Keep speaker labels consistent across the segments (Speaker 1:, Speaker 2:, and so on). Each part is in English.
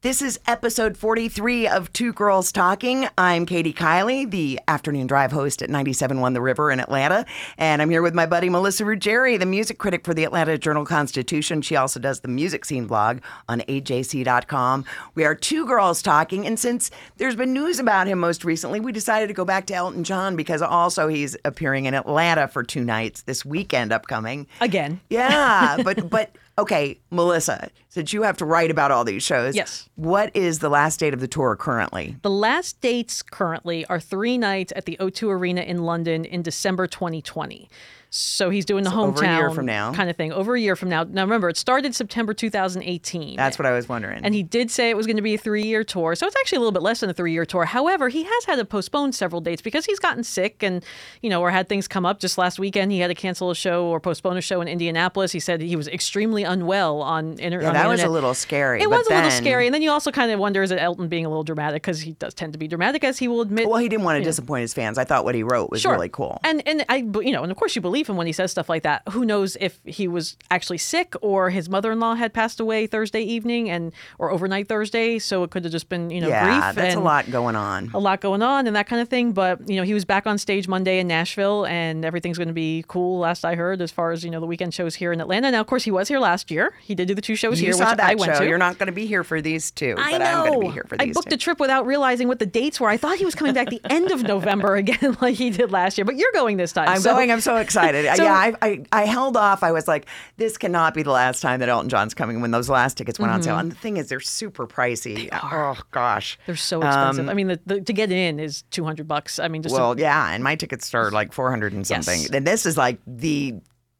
Speaker 1: This is episode 43 of Two Girls Talking. I'm Katie Kiley, the afternoon drive host at 97.1 The River in Atlanta. And I'm here with my buddy Melissa Ruggieri, the music critic for the Atlanta Journal Constitution. She also does the music scene blog on AJC.com. We are Two Girls Talking. And since there's been news about him most recently, we decided to go back to Elton John because also he's appearing in Atlanta for two nights this weekend upcoming.
Speaker 2: Again.
Speaker 1: Yeah, but but okay, Melissa, since you have to write about all these shows,
Speaker 2: Yes.
Speaker 1: What is the last date of the tour currently?
Speaker 2: The last dates currently are three nights at the O2 Arena in London in December 2020. So he's doing the
Speaker 1: over a
Speaker 2: hometown
Speaker 1: year from now.
Speaker 2: kind of thing over a year from now. Now remember, it started September 2018.
Speaker 1: That's what I was wondering.
Speaker 2: and he did say it was going to be a three-year tour, so it's actually a little bit less than a three-year tour. However, he has had to postpone several dates because he's gotten sick and, you know, or had things come up. Just last weekend, he had to cancel a show or postpone a show in Indianapolis. He said he was extremely unwell on, inter-
Speaker 1: yeah,
Speaker 2: on
Speaker 1: that
Speaker 2: the
Speaker 1: was a
Speaker 2: internet.
Speaker 1: little scary.
Speaker 2: It
Speaker 1: but
Speaker 2: was a little
Speaker 1: then-
Speaker 2: scary, and then you also kind of wonder is it Elton being a little dramatic because he does tend to be dramatic, as he will admit.
Speaker 1: Well, he didn't want to disappoint his fans. I thought what he wrote was really cool.
Speaker 2: And and I but, you know, and of course you believe him when he says stuff like that. Who knows if he was actually sick or his mother-in-law had passed away Thursday evening and or overnight Thursday, so it could have just been you know
Speaker 1: yeah,
Speaker 2: grief.
Speaker 1: that's
Speaker 2: and,
Speaker 1: a lot going on.
Speaker 2: a lot going on and that kind of thing. But you know, he was back on stage Monday in Nashville, and everything's going to be cool. Last I heard, as far as you know, the weekend shows here in Atlanta. Now, of course, he was here last year. He did do the two shows
Speaker 1: you
Speaker 2: here,
Speaker 1: saw
Speaker 2: which
Speaker 1: that
Speaker 2: I went
Speaker 1: show.
Speaker 2: to.
Speaker 1: You're not going to be here for these two,
Speaker 2: I
Speaker 1: but
Speaker 2: know.
Speaker 1: I'm going to be here for
Speaker 2: I
Speaker 1: these
Speaker 2: booked
Speaker 1: two.
Speaker 2: a trip without realizing what the dates were. I thought he was coming back the end of November again, like he did last year. But you're going this time.
Speaker 1: I'm
Speaker 2: so-
Speaker 1: going. um, I'm so excited.
Speaker 2: So-
Speaker 1: yeah, I, I I held off. I was like, this cannot be the last time that Elton John's coming. When those last tickets went on sale, and the thing is, they're super pricey. Oh gosh,
Speaker 2: Mm-hmm. They're so expensive. I mean, the, the, to get in is 200 bucks. I mean, just
Speaker 1: Well, yeah, and my tickets start like four hundred and something.
Speaker 2: Yes.
Speaker 1: And this is like the,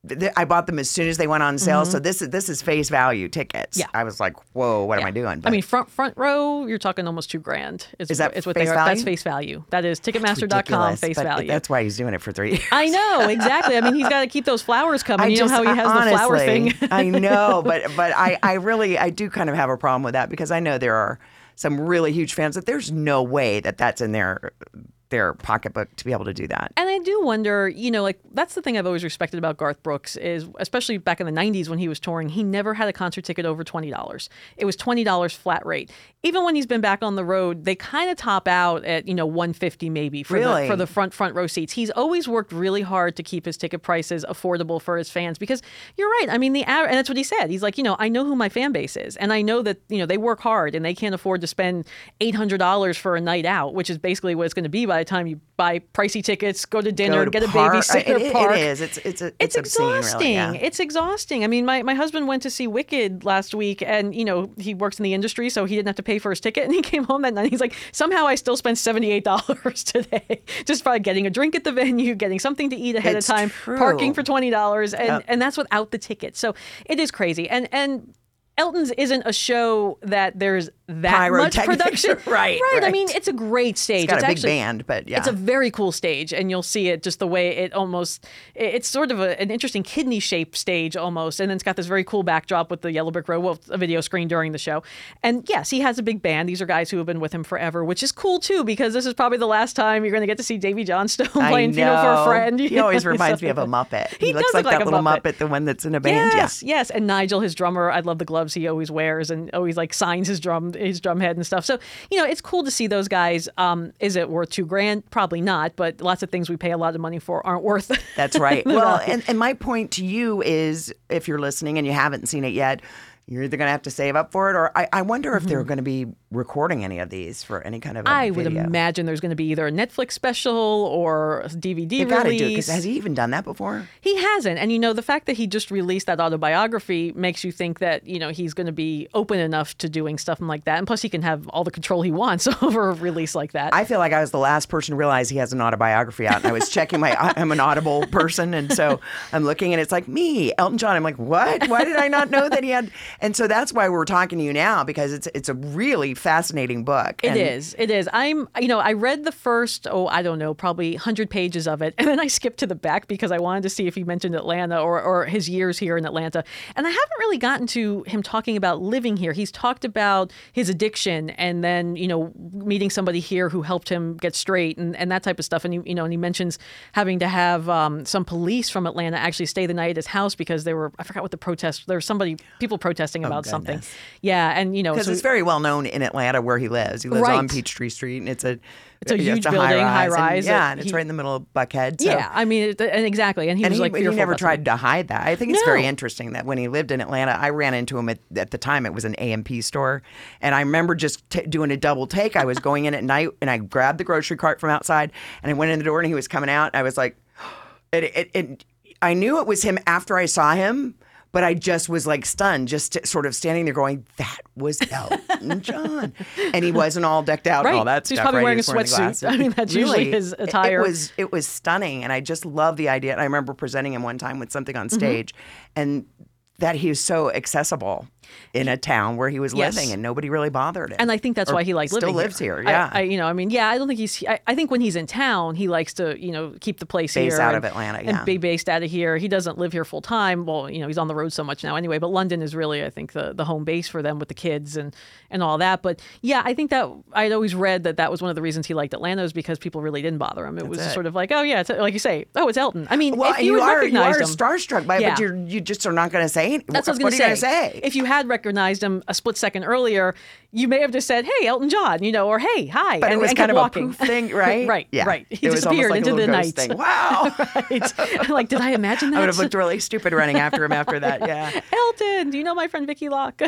Speaker 1: th I bought them as soon as they went on sale. So this is this is face value tickets.
Speaker 2: Mm-hmm. Yeah.
Speaker 1: I was like, whoa, what am I doing?
Speaker 2: I mean, front front row, you're talking almost two grand. Is,
Speaker 1: Is that
Speaker 2: is what
Speaker 1: face
Speaker 2: they are. That's
Speaker 1: value?
Speaker 2: face value. That is Ticketmaster.com
Speaker 1: ridiculous,
Speaker 2: face
Speaker 1: but
Speaker 2: value.
Speaker 1: That's why he's doing it for three. years.
Speaker 2: I know exactly. I mean, he's got to keep those flowers coming. you know how he
Speaker 1: I-
Speaker 2: has the flower
Speaker 1: honestly,
Speaker 2: thing.
Speaker 1: I know, but but I I really I do kind of have a problem with that because I know there are some really huge fans that there's no way that that's in their their pocketbook to be able to do that.
Speaker 2: And I do wonder, you know, like that's the thing I've always respected about Garth Brooks is, especially back in the '90s when he was touring, he never had a concert ticket over twenty dollars. It was twenty dollars flat rate. Even when he's been back on the road, they kind of top out at you know one fifty maybe for
Speaker 1: Really?
Speaker 2: the, for the front front row seats. He's always worked really hard to keep his ticket prices affordable for his fans because you're right. I mean, the aver- and that's what he said. He's like, you know, I know who my fan base is, and I know that you know they work hard and they can't afford to spend eight hundred dollars for a night out, which is basically what it's going to be by the time you buy pricey tickets, go to dinner
Speaker 1: Go to
Speaker 2: dinner, get a
Speaker 1: park-
Speaker 2: babysitter.
Speaker 1: it- it- it
Speaker 2: park.
Speaker 1: is. It's- it's a- it's
Speaker 2: it's,
Speaker 1: obscene, really,
Speaker 2: exhausting.
Speaker 1: yeah.
Speaker 2: It's exhausting. I mean, my, my husband went to see Wicked last week, and you know he works in the industry, so he didn't have to pay for his ticket. And he came home that night. He's like, somehow I still spent seventy eight dollars today just by getting a drink at the venue, getting something to eat ahead
Speaker 1: It's
Speaker 2: of time,
Speaker 1: true.
Speaker 2: parking for twenty dollars, and
Speaker 1: Yep.
Speaker 2: and that's without the ticket. So it is crazy. And and. Elton's isn't a show that there's that much
Speaker 1: Pyrotechnics,
Speaker 2: production,
Speaker 1: right,
Speaker 2: Right. I
Speaker 1: right.
Speaker 2: mean, it's a great stage.
Speaker 1: It's got a big
Speaker 2: actually-
Speaker 1: band, but yeah,
Speaker 2: it's a very cool stage, and you'll see it just the way it almost. it- It's sort of a, an interesting kidney shaped stage almost, and then it's got this very cool backdrop with the yellow brick road, well, a video screen during the show. And yes, he has a big band. These are guys who have been with him forever, which is cool too because this is probably the last time you're going to get to see Davy Johnstone
Speaker 1: I
Speaker 2: playing Funeral for
Speaker 1: know.
Speaker 2: a Friend.
Speaker 1: He
Speaker 2: you
Speaker 1: always
Speaker 2: know,
Speaker 1: reminds
Speaker 2: so-
Speaker 1: me of a Muppet. He,
Speaker 2: He
Speaker 1: looks
Speaker 2: does
Speaker 1: like
Speaker 2: look
Speaker 1: that
Speaker 2: like a
Speaker 1: little Muppet.
Speaker 2: Muppet.
Speaker 1: the one that's in a band. Yeah.
Speaker 2: Yes, yes, and Nigel, his drummer, I love the gloves he always wears, and always like signs his drum, his drum head and stuff. So you know, it's cool to see those guys. Um, is it worth two grand? Probably not, but lots of things we pay a lot of money for aren't worth.
Speaker 1: That's right.
Speaker 2: the
Speaker 1: well,
Speaker 2: value.
Speaker 1: and, and my point to you is if you're listening and you haven't seen it yet, you're either going to have to save up for it, or I, I wonder if there are going to be recording any of these for any kind of. I
Speaker 2: Mm-hmm. I would imagine there's going to be either a Netflix special or a DVD
Speaker 1: They've got to do
Speaker 2: release.
Speaker 1: because has he even done that before?
Speaker 2: He hasn't. And you know, the fact that he just released that autobiography makes you think that, you know, he's going to be open enough to doing stuff like that. And plus, he can have all the control he wants over a release like that.
Speaker 1: I feel like I was the last person to realize he has an autobiography out. And I was checking my, I'm an Audible person. And so I'm looking and it's like me, Elton John. I'm like, what? Why did I not know that he had? And so that's why we're talking to you now because it's it's a really fascinating book.
Speaker 2: It is. It is. I'm, you know, I read the first, oh, I don't know, probably 100 pages of it. And then I skipped to the back because I wanted to see if he mentioned Atlanta or, or his years here in Atlanta. And I haven't really gotten to him talking about living here. He's talked about his addiction and then, you know, meeting somebody here who helped him get straight and, and that type of stuff. And, he, you know, and he mentions having to have um, some police from Atlanta actually stay the night at his house because there were, I forgot what the protest, there was somebody, people protesting about something.
Speaker 1: Oh, goodness.
Speaker 2: Yeah. And, you know,
Speaker 1: Because
Speaker 2: so-
Speaker 1: it's very well known in Atlanta where he lives. He lives on
Speaker 2: Right.
Speaker 1: Peachtree Street, and it's a
Speaker 2: It's a huge building,
Speaker 1: high-rise,
Speaker 2: high-rise,
Speaker 1: and, yeah,
Speaker 2: it-
Speaker 1: and it's
Speaker 2: he-
Speaker 1: right in the middle of Buckhead. So.
Speaker 2: yeah, I mean, it, and exactly, and he
Speaker 1: And
Speaker 2: was
Speaker 1: he,
Speaker 2: like,
Speaker 1: he
Speaker 2: fearful
Speaker 1: never
Speaker 2: about
Speaker 1: tried
Speaker 2: something.
Speaker 1: to hide that. I think it's
Speaker 2: No.
Speaker 1: very interesting that when he lived in Atlanta, I ran into him at, at the time. It was an AMP store. And I remember just t- doing a double take. I was going in at night and I grabbed the grocery cart from outside and I went in the door and he was coming out. I was like, it, it, it, I knew it was him after I saw him, but I just was like stunned, just t- sort of standing there going, that was Elton John. And he wasn't all decked out and all
Speaker 2: Right.
Speaker 1: that
Speaker 2: He's
Speaker 1: stuff.
Speaker 2: probably
Speaker 1: right?
Speaker 2: wearing
Speaker 1: He was
Speaker 2: a
Speaker 1: the
Speaker 2: sweatsuit.
Speaker 1: glasses.
Speaker 2: I mean, that's usually
Speaker 1: Really,
Speaker 2: his
Speaker 1: it-
Speaker 2: attire.
Speaker 1: It was it was stunning, and I just love the idea. And I remember presenting him one time with something on
Speaker 2: Mm-hmm.
Speaker 1: stage, and that he was so accessible in a town where he was
Speaker 2: Yes.
Speaker 1: living, and nobody really bothered him.
Speaker 2: and I think that's
Speaker 1: Or
Speaker 2: why he likes
Speaker 1: still
Speaker 2: living
Speaker 1: lives here.
Speaker 2: I-
Speaker 1: yeah,
Speaker 2: I, you know, I mean, yeah, I don't think he's. I, I think when he's in town, he likes to, you know, keep the place
Speaker 1: Base
Speaker 2: here
Speaker 1: out
Speaker 2: and-
Speaker 1: of Atlanta, yeah.
Speaker 2: and be based out of here. He doesn't live here full time. Well, you know, he's on the road so much now anyway. But London is really, I think, the the home base for them with the kids and and all that. But yeah, I think that I'd always read that that was one of the reasons he liked Atlanta is because people really didn't bother him. It was
Speaker 1: it.
Speaker 2: sort of like, oh yeah, it's, like you say, oh it's Elton. I mean,
Speaker 1: well,
Speaker 2: if
Speaker 1: and
Speaker 2: you,
Speaker 1: you
Speaker 2: had
Speaker 1: are you
Speaker 2: recognized
Speaker 1: are
Speaker 2: him,
Speaker 1: starstruck by, it,
Speaker 2: Yeah.
Speaker 1: but you're you just are not going to say. any-
Speaker 2: That's what I was
Speaker 1: what
Speaker 2: going to
Speaker 1: are you
Speaker 2: say.
Speaker 1: gonna say.
Speaker 2: If you had recognized him a split second earlier, you may have just said, "Hey, Elton John," you know, or "Hey, hi."
Speaker 1: but it
Speaker 2: and-
Speaker 1: was
Speaker 2: and
Speaker 1: kind
Speaker 2: kept
Speaker 1: of
Speaker 2: walking.
Speaker 1: a poof thing, right?
Speaker 2: right,
Speaker 1: Yeah.
Speaker 2: right. He
Speaker 1: it was almost
Speaker 2: disappeared
Speaker 1: like
Speaker 2: into
Speaker 1: a
Speaker 2: the
Speaker 1: little
Speaker 2: night.
Speaker 1: ghost Thing. Wow.
Speaker 2: right. like, did I imagine
Speaker 1: I would
Speaker 2: that?
Speaker 1: have looked really stupid running after him after that. Yeah.
Speaker 2: Elton, do you know my friend Vicky Locke?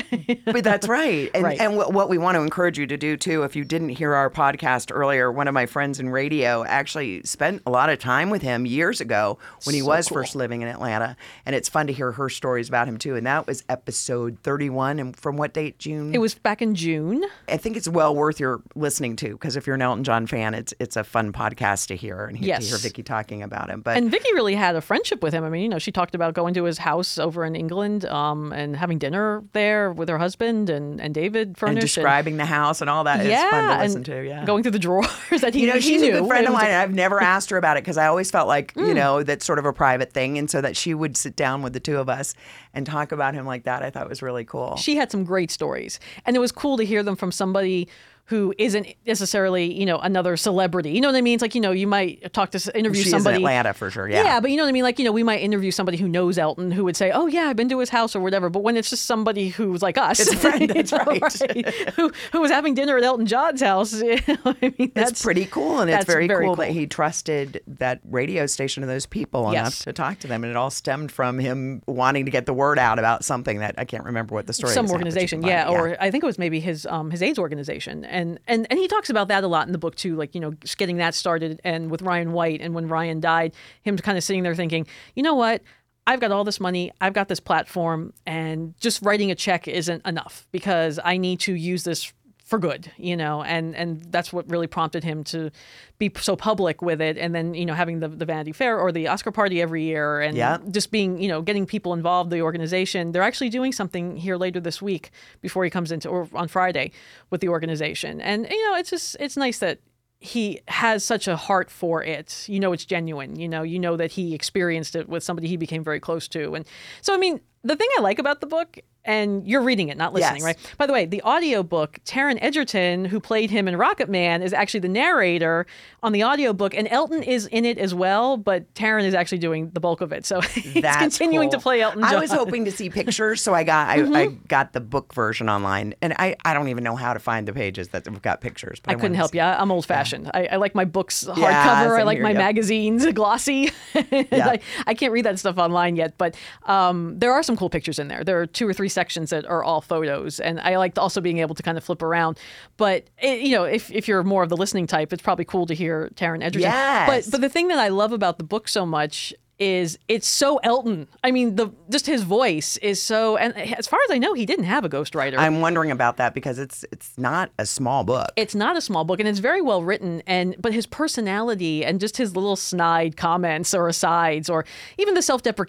Speaker 1: but that's right. And,
Speaker 2: Right.
Speaker 1: and what, what we want to encourage you to do too, if you didn't hear our podcast earlier, one of my friends in radio actually spent a lot of time with him years ago when he was first living in Atlanta. And it's fun to hear her stories about him too. And that was episode 31. And from what date, June?
Speaker 2: it was back in June.
Speaker 1: I think it's well worth your listening to because if you're an Elton John fan, it's it's a fun podcast to hear and he, to
Speaker 2: Yes.
Speaker 1: hear Vicky talking about him. But
Speaker 2: And Vicky really had a friendship with him. I mean, you know, she talked about going to his house over in England um, and having dinner there with her husband and, and David Furnish.
Speaker 1: and describing the house and all that is
Speaker 2: yeah,
Speaker 1: fun to
Speaker 2: and
Speaker 1: listen to. Yeah.
Speaker 2: going through the drawers that he
Speaker 1: You know,
Speaker 2: he
Speaker 1: she's
Speaker 2: knew. Mm.
Speaker 1: a good friend of
Speaker 2: It was-
Speaker 1: mine, and I've never asked her about it because I always felt like, you know, that's sort of a private thing. And so that she would sit down with the two of us and talk about him like that, I thought was really cool.
Speaker 2: she had some great stories and it was cool to hear them from somebody who isn't necessarily you know another celebrity you know what i mean it's like you know you might talk to s- interview
Speaker 1: She is in
Speaker 2: somebody
Speaker 1: Atlanta for sure. Yeah.
Speaker 2: yeah. but you know what I mean? Like, you know, we might interview somebody who knows Elton who would say, Oh, yeah, I've been to his house or whatever. But when it's just somebody who's like us,
Speaker 1: It's a friend,
Speaker 2: you
Speaker 1: that's right.
Speaker 2: who, who was having dinner at Elton John's house. You know, I mean, that's,
Speaker 1: That's pretty cool, and it's
Speaker 2: that's
Speaker 1: very, cool, that he trusted that radio station and those people enough
Speaker 2: Yes.
Speaker 1: to talk to them, and it all stemmed from him wanting to get the word out about something that I can't remember what the story.
Speaker 2: some
Speaker 1: is now, but you
Speaker 2: organization,
Speaker 1: can find
Speaker 2: yeah,
Speaker 1: it,
Speaker 2: or I think it was maybe his um, his AIDS organization, and and and he talks about that a lot in the book too, like you know just getting that started, and with Ryan White, and when Ryan died, him kind of sitting there thinking, you know what. I've got all this money. I've got this platform, and just writing a check isn't enough because I need to use this for good, you know, and and that's what really prompted him to be so public with it, and then you know having the the Vanity Fair or the Oscar party every year, and
Speaker 1: Yeah.
Speaker 2: just being you know getting people involved, the organization. They're actually doing something here later this week before he comes into or on Friday with the organization, and you know it's just it's nice that he has such a heart for it. You know it's genuine. You know you know that he experienced it with somebody he became very close to, and so I mean the thing I like about the book. And you're reading it, not listening,
Speaker 1: Yes.
Speaker 2: right? By the way, the audiobook, Taryn Edgerton, who played him in Rocket Man, is actually the narrator on the audiobook, and Elton is in it as well, but Taryn is actually doing the bulk of it. So he's
Speaker 1: That's
Speaker 2: continuing to
Speaker 1: cool.
Speaker 2: play Elton John. Mm-hmm.
Speaker 1: I was hoping to see pictures, so I got I, I got the book version online, and I, I don't even know how to find the pages that have got pictures. But
Speaker 2: I couldn't help you. I- I'm old fashioned. I, I like my books hardcover. I
Speaker 1: same
Speaker 2: like
Speaker 1: here,
Speaker 2: my
Speaker 1: yep.
Speaker 2: magazines glossy. I, I can't read that stuff online yet, but um, there are some cool pictures in there. There are two or three sections that are all photos, and I liked also being able to kind of flip around. But it, you know, if if you're more of the listening type, it's probably cool to hear Taryn Edgerton.
Speaker 1: Yes.
Speaker 2: But but the thing that I love about the book so much is it's so Elton. I mean, the just his voice is so. And as far as I know, he didn't have a ghostwriter.
Speaker 1: I'm wondering about that because it's it's not a small book.
Speaker 2: it's not a small book and it's very well written and but his personality and just his little snide comments or asides or even the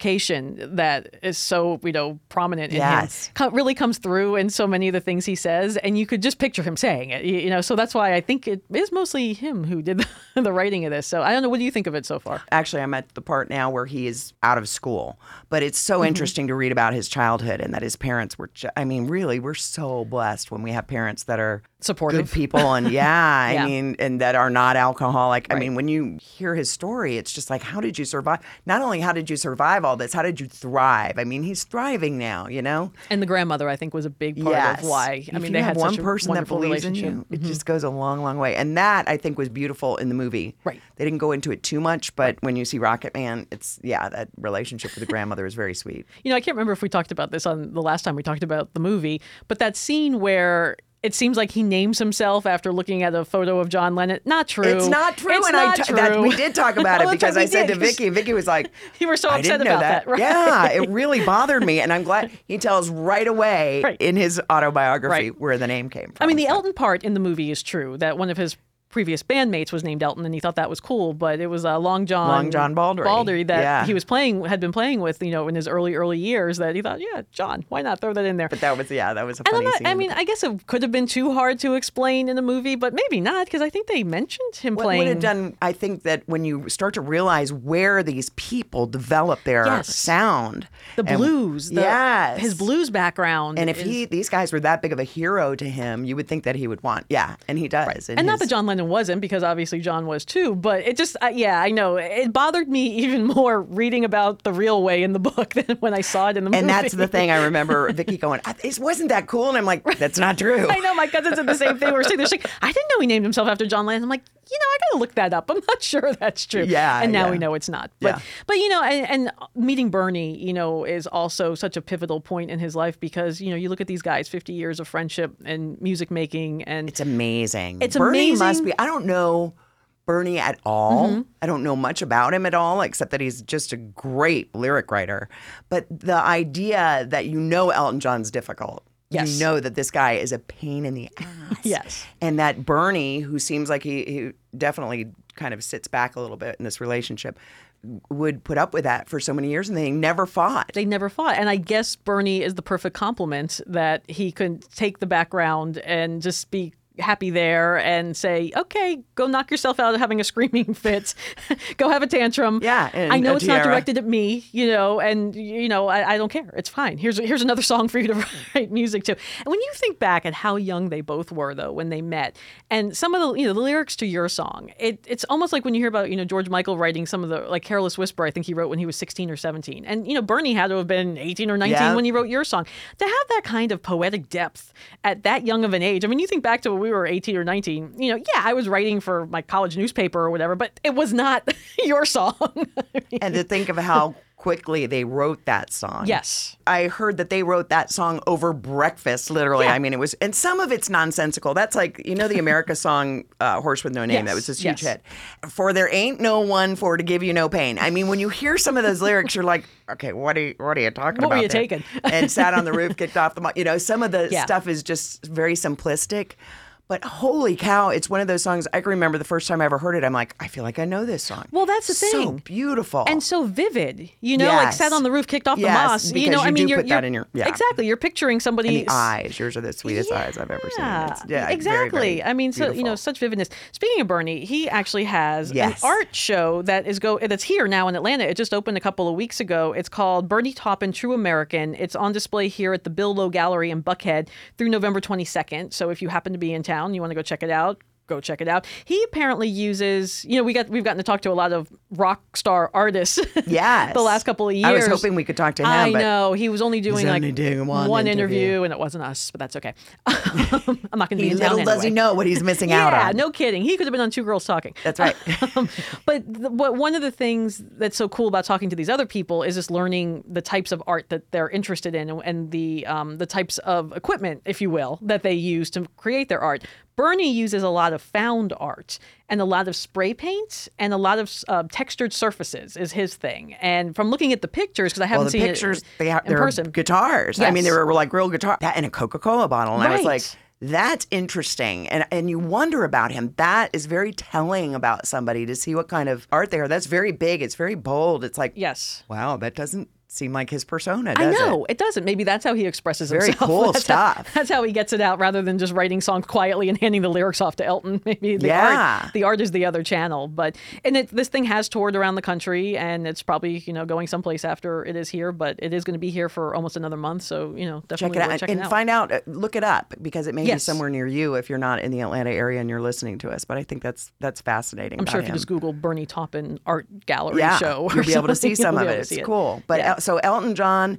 Speaker 2: self-deprecation that is so you know prominent in
Speaker 1: Yes.
Speaker 2: him co- really comes through in so many of the things he says and you could just picture him saying it you you know so that's why i think it is mostly him who did the, the writing of this so i don't know what do you think of it so far
Speaker 1: Actually, I'm at the part now where he is out of school, but it's
Speaker 2: Mm-hmm.
Speaker 1: so interesting to read about his childhood and that his parents were. Ju- I mean, really, we're so blessed when we have parents that are
Speaker 2: Supportive.
Speaker 1: good people, and yeah, I
Speaker 2: Yeah.
Speaker 1: mean, and that are not alcoholic. I mean, when you hear his story, it's just like, how did you survive? Not only how did you survive all this, how did you thrive? I mean, he's thriving now, you know.
Speaker 2: and the grandmother i think was a big part
Speaker 1: yes.
Speaker 2: of why i
Speaker 1: If
Speaker 2: mean
Speaker 1: you
Speaker 2: they
Speaker 1: have
Speaker 2: had
Speaker 1: one
Speaker 2: such a
Speaker 1: person that
Speaker 2: wonderful
Speaker 1: believes in
Speaker 2: relationship Mm-hmm.
Speaker 1: you. It just goes a long, long way, and that I think was beautiful in the movie.
Speaker 2: Right.
Speaker 1: They didn't go into it too much, but when you see Rocket Man, it's yeah, that relationship with the grandmother is very sweet.
Speaker 2: you know, I can't remember if we talked about this on the last time we talked about the movie, but that scene where it seems like he names himself after looking at a photo of John Lennon. Not true.
Speaker 1: It's not true,
Speaker 2: It's
Speaker 1: and
Speaker 2: not
Speaker 1: I t-
Speaker 2: true.
Speaker 1: that we did talk about
Speaker 2: Oh,
Speaker 1: it
Speaker 2: that's
Speaker 1: because
Speaker 2: right,
Speaker 1: I
Speaker 2: we
Speaker 1: said
Speaker 2: did,
Speaker 1: to
Speaker 2: 'cause
Speaker 1: Vicky, Vicky was like,
Speaker 2: You were so
Speaker 1: I
Speaker 2: upset
Speaker 1: didn't know
Speaker 2: about that, right?
Speaker 1: Yeah, it really bothered me, and I'm glad he tells right away
Speaker 2: Right.
Speaker 1: in his autobiography
Speaker 2: Right.
Speaker 1: where the name came from.
Speaker 2: I mean, the Elton part in the movie is true. That one of his previous bandmates was named Elton, and he thought that was cool. But it was uh, Long John
Speaker 1: Long John Baldry.
Speaker 2: that
Speaker 1: Yeah.
Speaker 2: he was playing had been playing with, you know, in his early early years. That he thought, yeah, John, why not throw that in there?
Speaker 1: but that was yeah, that was a
Speaker 2: And I'm
Speaker 1: funny
Speaker 2: not-
Speaker 1: scene.
Speaker 2: I mean, I guess it could have been too hard to explain in a movie, but maybe not because I think they mentioned him
Speaker 1: What
Speaker 2: playing.
Speaker 1: would have done? I think that when you start to realize where these people develop their
Speaker 2: Yes.
Speaker 1: sound,
Speaker 2: the
Speaker 1: and-
Speaker 2: blues, the,
Speaker 1: yes,
Speaker 2: his blues background,
Speaker 1: And if
Speaker 2: is-
Speaker 1: he these guys were that big of a hero to him, you would think that he would want, yeah, and he does. in
Speaker 2: and not
Speaker 1: his-
Speaker 2: that John Lennon wasn't, because obviously John was too. But it just, uh, yeah, I know it bothered me even more reading about the real way in the book than when I saw it in the movie.
Speaker 1: And that's the thing I remember Vicky going, "I- "It wasn't that cool," and I'm like, "That's not true."
Speaker 2: I know my cousin said the same thing. We We're sitting there, she's like, I didn't know he named himself after John Lennon. I'm like, you know, I gotta look that up. I'm not sure that's true.
Speaker 1: Yeah,
Speaker 2: and now
Speaker 1: yeah.
Speaker 2: we know it's not. But
Speaker 1: Yeah.
Speaker 2: but you know, and, and meeting Bernie, you know, is also such a pivotal point in his life because you know you look at these guys, 50 years of friendship and music making, and
Speaker 1: It's amazing.
Speaker 2: It's
Speaker 1: Bernie must
Speaker 2: amazing. Mm-hmm.
Speaker 1: be. I don't know Bernie at all. I don't know much about him at all, except that he's just a great lyric writer. But the idea that you know Elton John's difficult.
Speaker 2: Yes. Uh-huh.
Speaker 1: You know that this guy is a pain in the ass.
Speaker 2: Yes.
Speaker 1: And that Bernie, who seems like he, he definitely kind of sits back a little bit in this relationship, would put up with that for so many years and they never fought.
Speaker 2: they never fought. And I guess Bernie is the perfect compliment that he can take the background and just be happy there and say, okay, go knock yourself out of having a screaming fit. go have a tantrum.
Speaker 1: Yeah, and
Speaker 2: I know
Speaker 1: a
Speaker 2: it's not
Speaker 1: tiara.
Speaker 2: directed at me, you know, and, you know, I, I don't care. It's fine. Here's, here's another song for you to write music to. And when you think back at how young they both were, though, when they met, and some of the, you know, the lyrics to your song, it, it's almost like when you hear about, you know, George Michael writing some of the, like Careless Whisper, I think he wrote when he was 16 or 17. And, you know, Bernie had to have been 18 or 19
Speaker 1: Yeah.
Speaker 2: when he wrote your song. To have that kind of poetic depth at that young of an age, I mean, you think back to when we were 18 or 19, you know, yeah, I was writing for my college newspaper or whatever, but it was not your song.
Speaker 1: and to think of how quickly they wrote that song.
Speaker 2: yes.
Speaker 1: I heard that they wrote that song over breakfast, literally. I mean, it was, and some of it's nonsensical. That's like, you know, the America song, uh, Horse with No Name, that
Speaker 2: Yes,
Speaker 1: was this huge
Speaker 2: yes.
Speaker 1: hit. For there ain't no one for to give you no pain. I mean, when you hear some of those lyrics, you're like, okay, what are you, what are you talking
Speaker 2: What were
Speaker 1: about?
Speaker 2: you
Speaker 1: there?
Speaker 2: taking?
Speaker 1: and sat on the roof, kicked off the, mo- you know, some of the
Speaker 2: Yeah.
Speaker 1: stuff is just very simplistic. But holy cow, it's one of those songs I can remember the first time I ever heard it. I'm like, I feel like I know this song.
Speaker 2: Well, that's the
Speaker 1: So
Speaker 2: thing.
Speaker 1: beautiful.
Speaker 2: and so vivid. You know, like
Speaker 1: Oh.
Speaker 2: sat
Speaker 1: Yes.
Speaker 2: on the roof, kicked off
Speaker 1: Yes,
Speaker 2: the moss. You
Speaker 1: because
Speaker 2: know,
Speaker 1: you
Speaker 2: I mean,
Speaker 1: do
Speaker 2: you're,
Speaker 1: put that
Speaker 2: you're-
Speaker 1: in your- yeah.
Speaker 2: exactly. You're picturing somebody.
Speaker 1: the eyes. Yours are the sweetest eyes I've ever seen. It's, yeah, it's very,
Speaker 2: exactly.
Speaker 1: very
Speaker 2: I mean, so you know,
Speaker 1: beautiful.
Speaker 2: such vividness. Speaking of Bernie, he actually has
Speaker 1: Yes.
Speaker 2: an art show that is go that's here now in Atlanta. It just opened a couple of weeks ago. It's called Bernie Taupin True American. It's on display here at the Bill Lowe Gallery in Buckhead through November 22nd. So if you happen to be in town, you want to go check it out. go check it out. He apparently uses, you know, we got we've gotten to talk to a lot of rock star artists.
Speaker 1: Yes.
Speaker 2: the last couple of years.
Speaker 1: I was hoping we could talk to him.
Speaker 2: I
Speaker 1: but
Speaker 2: know he was only doing
Speaker 1: only
Speaker 2: like
Speaker 1: doing one
Speaker 2: interview.
Speaker 1: interview.
Speaker 2: and it wasn't us, but that's okay. I'm not going to be
Speaker 1: He
Speaker 2: in town
Speaker 1: little does he
Speaker 2: anyway.
Speaker 1: know what he's missing out
Speaker 2: Yeah,
Speaker 1: on.
Speaker 2: no kidding. He could have been on Two Girls Talking.
Speaker 1: That's right.
Speaker 2: Um, but th- what one of the things that's so cool about talking to these other people is just learning the types of art that they're interested in and, and the um, the types of equipment, if you will, that they use to create their art. Bernie uses a lot of found art and a lot of spray paint and a lot of s- uh, textured surfaces is his thing. And from looking at the pictures, because I haven't
Speaker 1: well, the
Speaker 2: seen
Speaker 1: pictures,
Speaker 2: it
Speaker 1: they have,
Speaker 2: in
Speaker 1: they're
Speaker 2: person.
Speaker 1: guitars. I mean, they
Speaker 2: Yes.
Speaker 1: were like real guitar that and a Coca Cola bottle. And I was
Speaker 2: Right.
Speaker 1: like, that's interesting. And, and you wonder about him. That is very telling about somebody to see what kind of art they are. That's very big. It's very bold. It's like,
Speaker 2: Yes.
Speaker 1: wow, that doesn't seem like his persona,
Speaker 2: I
Speaker 1: does
Speaker 2: know it? doesn't. Maybe that's how he expresses
Speaker 1: Very
Speaker 2: himself.
Speaker 1: cool
Speaker 2: that's how-
Speaker 1: stuff.
Speaker 2: that's how he gets it out, rather than just writing songs quietly and handing the lyrics off to Elton. Maybe the
Speaker 1: Yeah.
Speaker 2: art, the art is the other channel. But and it, this thing has toured around the country, and it's probably you know going someplace after it is here. But it is going to be here for almost another month, so you know
Speaker 1: Check
Speaker 2: definitely
Speaker 1: it
Speaker 2: worth
Speaker 1: out
Speaker 2: checking
Speaker 1: and
Speaker 2: out.
Speaker 1: find out. uh, Look it up because it may be
Speaker 2: Yes.
Speaker 1: somewhere near you if you're not in the Atlanta area and you're listening to us. But I think that's that's fascinating.
Speaker 2: I'm
Speaker 1: about
Speaker 2: sure if
Speaker 1: him.
Speaker 2: you just Google Bernie Taupin art gallery
Speaker 1: yeah,
Speaker 2: show, or
Speaker 1: you'll be able to
Speaker 2: something,
Speaker 1: see
Speaker 2: you'll
Speaker 1: some
Speaker 2: be
Speaker 1: of
Speaker 2: able
Speaker 1: it.
Speaker 2: to
Speaker 1: It's
Speaker 2: see
Speaker 1: cool. But
Speaker 2: Yeah.
Speaker 1: El- so Elton John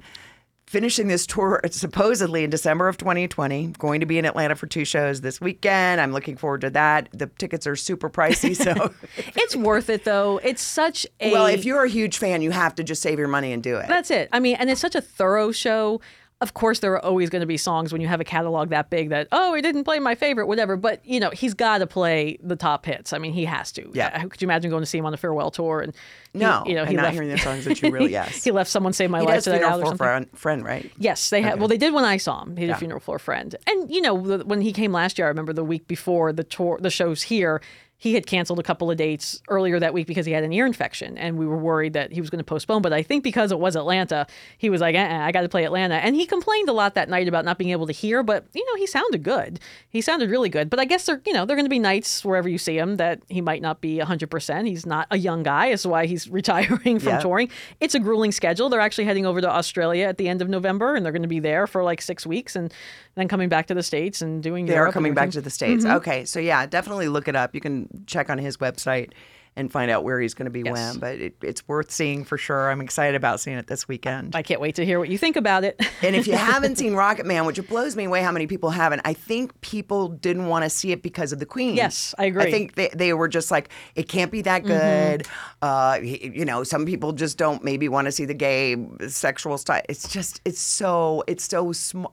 Speaker 1: finishing this tour uh, supposedly in December of 2020, going to be in Atlanta for two shows this weekend. I'm looking forward to that. The tickets are super pricey, so
Speaker 2: it's worth it though. It's such a
Speaker 1: well, if you're a huge fan, you have to just save your money and do it.
Speaker 2: That's it. I mean, and it's such a thorough show. Of course, there are always going to be songs when you have a catalog that big that oh, he didn't play my favorite, whatever. But you know, he's got to play the top hits. I mean, he has to.
Speaker 1: Yeah.
Speaker 2: Uh, Could you imagine going to see him on a farewell tour and he-
Speaker 1: no,
Speaker 2: you know,
Speaker 1: and
Speaker 2: he
Speaker 1: not
Speaker 2: left,
Speaker 1: hearing the songs that you really yes.
Speaker 2: he left someone save my
Speaker 1: He
Speaker 2: life
Speaker 1: does
Speaker 2: today
Speaker 1: funeral
Speaker 2: or
Speaker 1: for a
Speaker 2: something.
Speaker 1: friend, friend, right?
Speaker 2: Yes, they have. Well, they did when I saw him. He did a funeral for a friend, and you know the, when he came last year, I remember the week before the tour, the shows here, he had canceled a couple of dates earlier that week because he had an ear infection, and we were worried that he was going to postpone. But I think because it was Atlanta, he was like, uh-uh, "I got to play Atlanta," and he complained a lot that night about not being able to hear. But you know, he sounded good. He sounded really good. But I guess there, you know, there are going to be nights wherever you see him that he might not be hundred percent. He's not a young guy. Is why he's retiring from
Speaker 1: Yeah.
Speaker 2: touring touring. It's a grueling schedule. They're actually heading over to Australia at the end of November, and they're going to be there for like six weeks, and then coming back to the states and doing.
Speaker 1: They are
Speaker 2: Europe and Mm-hmm.
Speaker 1: coming back
Speaker 2: everything.
Speaker 1: to the states. Okay, so yeah, definitely look it up. You can check on his website and find out where he's going to be when. But it, it's worth seeing for sure. I'm excited about seeing it this weekend.
Speaker 2: I can't wait to hear what you think about it.
Speaker 1: And if you haven't seen Rocket Man, which it blows me away how many people haven't, I think people didn't want to see it because of the Queen.
Speaker 2: Yes, I agree. Mm-hmm.
Speaker 1: I think they, they were just like, it can't be that good. Uh, y- you know, some people just don't maybe want to see the gay sexual stuff. It's just, it's so, it's so small.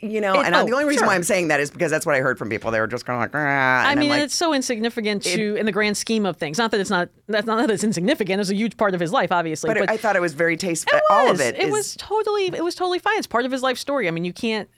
Speaker 1: You know,
Speaker 2: It-
Speaker 1: and I-
Speaker 2: oh,
Speaker 1: the only reason why
Speaker 2: sure.
Speaker 1: I'm saying that is because that's what I heard from people. They were just kind of like, ah.
Speaker 2: I
Speaker 1: And
Speaker 2: mean,
Speaker 1: I'm like,
Speaker 2: it's so insignificant to in the grand scheme of things. Not that it's not that's not that it's insignificant. It's a huge part of his life, obviously.
Speaker 1: but,
Speaker 2: But,
Speaker 1: I thought it was very tasteful.
Speaker 2: It
Speaker 1: All of
Speaker 2: was.
Speaker 1: it.
Speaker 2: It
Speaker 1: is-
Speaker 2: was totally. It was totally fine. It's part of his life story. I mean, you can't.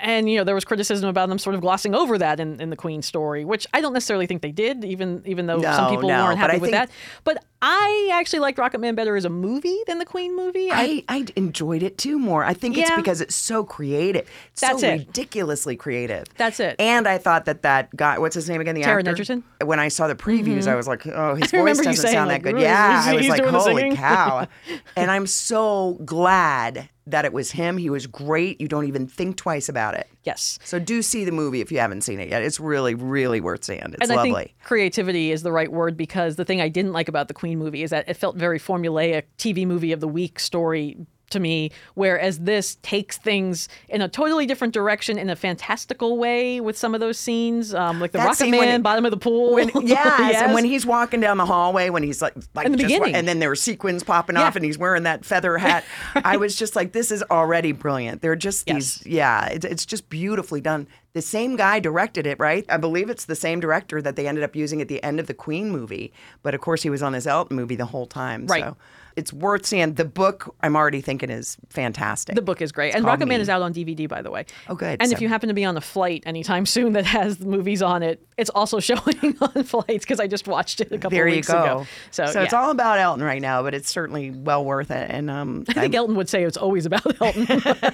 Speaker 2: And you know, there was criticism about them sort of glossing over that in, in the Queen story, which I don't necessarily think they did. Even even though
Speaker 1: No,
Speaker 2: some people
Speaker 1: no, but
Speaker 2: weren't happy
Speaker 1: I
Speaker 2: with
Speaker 1: think-
Speaker 2: that. But I actually liked Rocket Man better as a movie than the Queen movie. I,
Speaker 1: I, I enjoyed it too more. I think it's
Speaker 2: Yeah.
Speaker 1: because it's so creative, It's
Speaker 2: That's
Speaker 1: so
Speaker 2: it.
Speaker 1: ridiculously creative.
Speaker 2: That's it.
Speaker 1: And I thought that that guy, what's his name again? The
Speaker 2: Taron
Speaker 1: actor?
Speaker 2: Egerton? Mm-hmm.
Speaker 1: When I saw the previews, I was like, oh, his
Speaker 2: I
Speaker 1: voice
Speaker 2: remember you
Speaker 1: doesn't
Speaker 2: saying,
Speaker 1: sound
Speaker 2: like,
Speaker 1: that good.
Speaker 2: "Ooh,
Speaker 1: Yeah,
Speaker 2: he's-
Speaker 1: I was
Speaker 2: he's
Speaker 1: like,
Speaker 2: doing the
Speaker 1: holy
Speaker 2: singing."
Speaker 1: cow! and I'm so glad that it was him. He was great. You don't even think twice about it.
Speaker 2: yes.
Speaker 1: So do see the movie if you haven't seen it yet. It's really, really worth seeing. It's
Speaker 2: and
Speaker 1: lovely.
Speaker 2: I think creativity is the right word because the thing I didn't like about the Queen movie is that it felt very formulaic TV movie of the week story to me, whereas this takes things in a totally different direction in a fantastical way with some of those scenes, um, like the
Speaker 1: That
Speaker 2: Rocket
Speaker 1: scene when
Speaker 2: Man,
Speaker 1: it-
Speaker 2: bottom of the pool.
Speaker 1: When, yes, and when
Speaker 2: Yes.
Speaker 1: he's walking down the hallway, when he's like, like
Speaker 2: In the
Speaker 1: just
Speaker 2: beginning.
Speaker 1: and then there were sequins popping off,
Speaker 2: Yeah.
Speaker 1: and he's wearing that feather hat. I was just like, this is already brilliant. They're just these, yeah, it's, it's just beautifully done. The same guy directed it, right? I believe it's the same director that they ended up using at the end of the Queen movie, but of course he was on this Elton movie the whole time.
Speaker 2: Right.
Speaker 1: So it's worth seeing. The book, I'm already thinking, is fantastic.
Speaker 2: The book is great. And
Speaker 1: called
Speaker 2: Rocket Man
Speaker 1: Me.
Speaker 2: is out on DVD, by the way.
Speaker 1: Oh, good.
Speaker 2: And
Speaker 1: So-
Speaker 2: if you happen to be on a flight anytime soon that has the movies on it, it's also showing on flights because I just watched it a couple
Speaker 1: there you
Speaker 2: weeks
Speaker 1: go.
Speaker 2: ago. So, yeah.
Speaker 1: it's all about Elton right now, but it's certainly well worth it. And um,
Speaker 2: I think Elton would say it's always about Elton.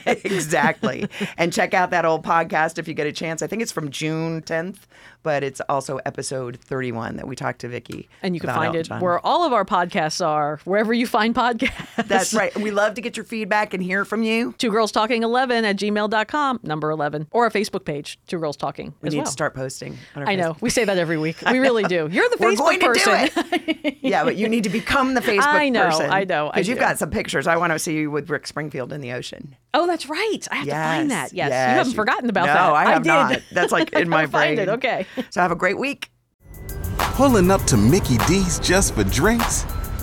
Speaker 1: exactly. And check out that old podcast if you get a chance. I think it's from June 10th, but it's also episode 31 that we talked to Vicky.
Speaker 2: And you can
Speaker 1: about
Speaker 2: find
Speaker 1: Elton
Speaker 2: it
Speaker 1: John.
Speaker 2: where all of our podcasts are, wherever you find podcasts.
Speaker 1: That's right. And we love to get your feedback and hear from you.
Speaker 2: Two Girls Talking 11 at gmail.com, number 11, or our Facebook page, Two Girls Talking
Speaker 1: We
Speaker 2: as
Speaker 1: need
Speaker 2: well.
Speaker 1: to start posting. On our
Speaker 2: I know. We say that every week. We really do. You're the
Speaker 1: We're going
Speaker 2: Facebook person.
Speaker 1: to do it. yeah, but you need to become the Facebook
Speaker 2: I know,
Speaker 1: person.
Speaker 2: I know, I
Speaker 1: Because you've
Speaker 2: do.
Speaker 1: got some pictures. I want to see you with Rick Springfield in the ocean.
Speaker 2: Oh, that's right. I have to find that. Yes. you haven't forgotten about
Speaker 1: no,
Speaker 2: that.
Speaker 1: No, I have
Speaker 2: did.
Speaker 1: not. That's like in my
Speaker 2: I'll
Speaker 1: brain.
Speaker 2: find it. Okay.
Speaker 1: So have a great week.
Speaker 3: Pulling up to Mickey D's just for drinks?